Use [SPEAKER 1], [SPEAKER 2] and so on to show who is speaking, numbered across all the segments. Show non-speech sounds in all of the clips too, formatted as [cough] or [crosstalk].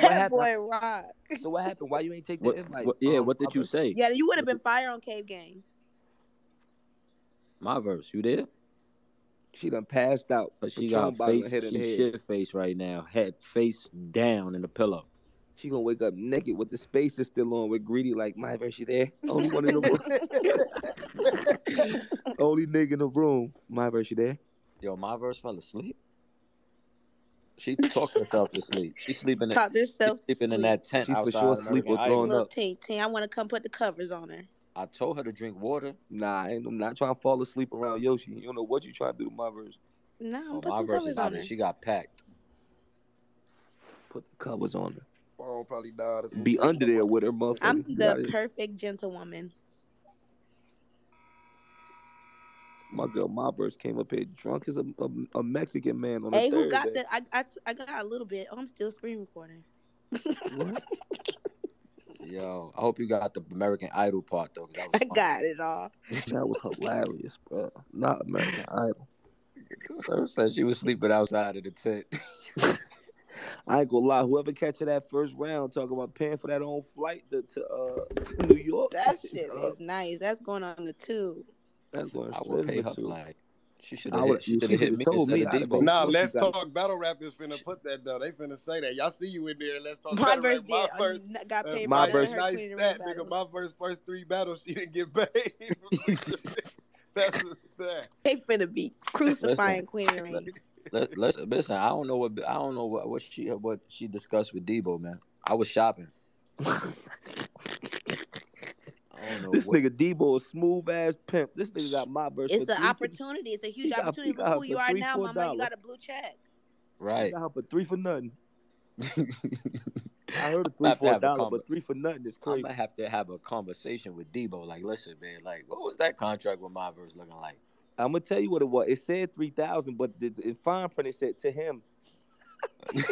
[SPEAKER 1] happened?
[SPEAKER 2] boy Rock.
[SPEAKER 1] So what happened? Why you ain't take the
[SPEAKER 3] What,
[SPEAKER 1] invite?
[SPEAKER 3] what- yeah,
[SPEAKER 1] Um,
[SPEAKER 3] what did
[SPEAKER 1] my
[SPEAKER 3] you
[SPEAKER 1] verse-
[SPEAKER 3] say?
[SPEAKER 2] Yeah, you would have been fire on Cave Game.
[SPEAKER 3] My verse. You there?
[SPEAKER 1] She done passed out.
[SPEAKER 3] But she
[SPEAKER 1] Patron
[SPEAKER 3] got
[SPEAKER 1] bottle
[SPEAKER 3] face.
[SPEAKER 1] hit in the
[SPEAKER 3] She
[SPEAKER 1] head.
[SPEAKER 3] shit face right now. Head face down in the pillow.
[SPEAKER 1] She gonna wake up naked with the space is still on with greedy like my verse. She [laughs] there? Only one in the room. [laughs] Only nigga in the room. My verse. She there?
[SPEAKER 4] Yo, my verse fell asleep. She talked herself to sleep. She sleeping in,
[SPEAKER 2] Talk yourself.
[SPEAKER 4] she sleeping in that tent
[SPEAKER 1] She's for
[SPEAKER 4] outside.
[SPEAKER 1] sure
[SPEAKER 4] of
[SPEAKER 1] asleep
[SPEAKER 4] American
[SPEAKER 1] or
[SPEAKER 4] Idol.
[SPEAKER 1] throwing
[SPEAKER 2] little
[SPEAKER 1] up.
[SPEAKER 2] ting ting. I want to come put the covers on her.
[SPEAKER 4] I told her to drink water.
[SPEAKER 1] Nah, I ain't, I'm not trying to fall asleep around Yoshi. You don't know what you trying to do to my verse.
[SPEAKER 2] No, I'm
[SPEAKER 4] Oh,
[SPEAKER 2] put
[SPEAKER 4] my
[SPEAKER 2] some
[SPEAKER 4] verse
[SPEAKER 2] covers
[SPEAKER 4] is
[SPEAKER 2] on
[SPEAKER 4] out
[SPEAKER 2] her.
[SPEAKER 4] there. She got packed.
[SPEAKER 1] Put the covers on her.
[SPEAKER 5] Bone probably died. as soon
[SPEAKER 1] Be
[SPEAKER 5] as I
[SPEAKER 1] under
[SPEAKER 5] came
[SPEAKER 1] there
[SPEAKER 5] up.
[SPEAKER 1] with her, motherfucker.
[SPEAKER 2] I'm
[SPEAKER 1] You
[SPEAKER 2] the
[SPEAKER 1] gotta-
[SPEAKER 2] perfect gentlewoman.
[SPEAKER 1] my girl. My verse came up here drunk as a, a, a Mexican man on a
[SPEAKER 2] Hey,
[SPEAKER 1] Thursday.
[SPEAKER 2] who got the? I, I, I got a little bit. Oh, I'm still screen recording.
[SPEAKER 4] Yo, I hope you got the American Idol part though. 'cause that was
[SPEAKER 2] [laughs] I
[SPEAKER 4] funny.
[SPEAKER 2] got it all.
[SPEAKER 1] That was hilarious, bro. Not American Idol.
[SPEAKER 4] Sir said she was sleeping outside of the tent. [laughs]
[SPEAKER 1] I ain't gonna lie. Whoever catches that first round, talking about paying for that own flight to, to uh, [laughs] New York.
[SPEAKER 2] That shit
[SPEAKER 1] uh,
[SPEAKER 2] is nice. That's going on the tube.
[SPEAKER 1] That's going
[SPEAKER 4] I
[SPEAKER 1] straight
[SPEAKER 4] would pay
[SPEAKER 1] into
[SPEAKER 4] her
[SPEAKER 1] it.
[SPEAKER 4] flight. She should
[SPEAKER 1] I
[SPEAKER 4] have
[SPEAKER 1] would-
[SPEAKER 4] hit, she
[SPEAKER 1] she
[SPEAKER 4] should've hit
[SPEAKER 1] should've
[SPEAKER 4] me
[SPEAKER 1] told
[SPEAKER 4] instead
[SPEAKER 1] me
[SPEAKER 4] of
[SPEAKER 1] I'd have
[SPEAKER 4] Debo.
[SPEAKER 1] been-
[SPEAKER 5] Nah,
[SPEAKER 1] She
[SPEAKER 5] let's
[SPEAKER 1] got it.
[SPEAKER 5] talk. Battle rap is finna put that though. They finna say that. Y'all see you in there. Let's talk.
[SPEAKER 2] My
[SPEAKER 5] battle
[SPEAKER 2] verse
[SPEAKER 5] rap. My
[SPEAKER 2] did.
[SPEAKER 5] verse.
[SPEAKER 2] uh, got
[SPEAKER 5] Uh,
[SPEAKER 2] paid
[SPEAKER 1] my
[SPEAKER 2] for
[SPEAKER 5] my
[SPEAKER 1] verse-
[SPEAKER 2] that. and her
[SPEAKER 5] nice
[SPEAKER 2] queen of
[SPEAKER 5] stat,
[SPEAKER 2] battle.
[SPEAKER 5] nigga. My first first three battles, [laughs] she didn't get paid. [laughs] That's a stat.
[SPEAKER 2] [laughs] They finna be crucifying
[SPEAKER 1] [laughs]
[SPEAKER 2] Queen of Ring.
[SPEAKER 4] Let, let's listen. I don't know what I don't know what, what she what she discussed with Debo, man. I was shopping. [laughs] I don't
[SPEAKER 1] [laughs]
[SPEAKER 4] know.
[SPEAKER 1] This
[SPEAKER 4] what,
[SPEAKER 1] nigga Debo, a smooth ass pimp. This nigga got my verse.
[SPEAKER 2] It's
[SPEAKER 1] for
[SPEAKER 2] an
[SPEAKER 1] three-
[SPEAKER 2] opportunity. It's a
[SPEAKER 1] He
[SPEAKER 2] huge
[SPEAKER 1] got- he
[SPEAKER 2] opportunity. Look
[SPEAKER 1] got her
[SPEAKER 2] who you
[SPEAKER 1] for
[SPEAKER 2] are
[SPEAKER 1] three,
[SPEAKER 2] now,
[SPEAKER 1] four
[SPEAKER 2] mama. You
[SPEAKER 1] dollars.
[SPEAKER 2] got a blue check.
[SPEAKER 1] He
[SPEAKER 4] right.
[SPEAKER 1] got her for three for
[SPEAKER 4] [laughs]
[SPEAKER 1] nothing. I heard a
[SPEAKER 4] I'll
[SPEAKER 1] three
[SPEAKER 4] have to
[SPEAKER 1] for a
[SPEAKER 4] have
[SPEAKER 1] dollar,
[SPEAKER 4] a combo.
[SPEAKER 1] but three for nothing is
[SPEAKER 4] I'm
[SPEAKER 1] crazy.
[SPEAKER 4] gonna have to have a conversation with Debo. Like, listen, man. Like, what was that contract with my verse looking like?
[SPEAKER 1] I'm gonna tell you what it was. It said three thousand, but the, the- in fine print it said to
[SPEAKER 4] [laughs]
[SPEAKER 1] him. [laughs] the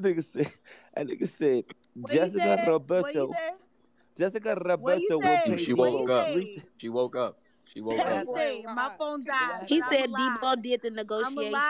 [SPEAKER 1] nigga said, that nigga said, Jessica Roberto, Jessica
[SPEAKER 6] What you
[SPEAKER 1] Roberto will
[SPEAKER 6] say?
[SPEAKER 1] pay
[SPEAKER 4] She
[SPEAKER 6] What
[SPEAKER 1] Debo
[SPEAKER 4] woke
[SPEAKER 6] you
[SPEAKER 4] up.
[SPEAKER 6] say?
[SPEAKER 4] She woke up. She woke
[SPEAKER 6] What
[SPEAKER 4] up.
[SPEAKER 6] you say? My phone died.
[SPEAKER 2] He
[SPEAKER 6] I'm
[SPEAKER 2] said
[SPEAKER 6] alive.
[SPEAKER 2] Debo did the
[SPEAKER 6] I'm
[SPEAKER 2] negotiation.
[SPEAKER 6] alive.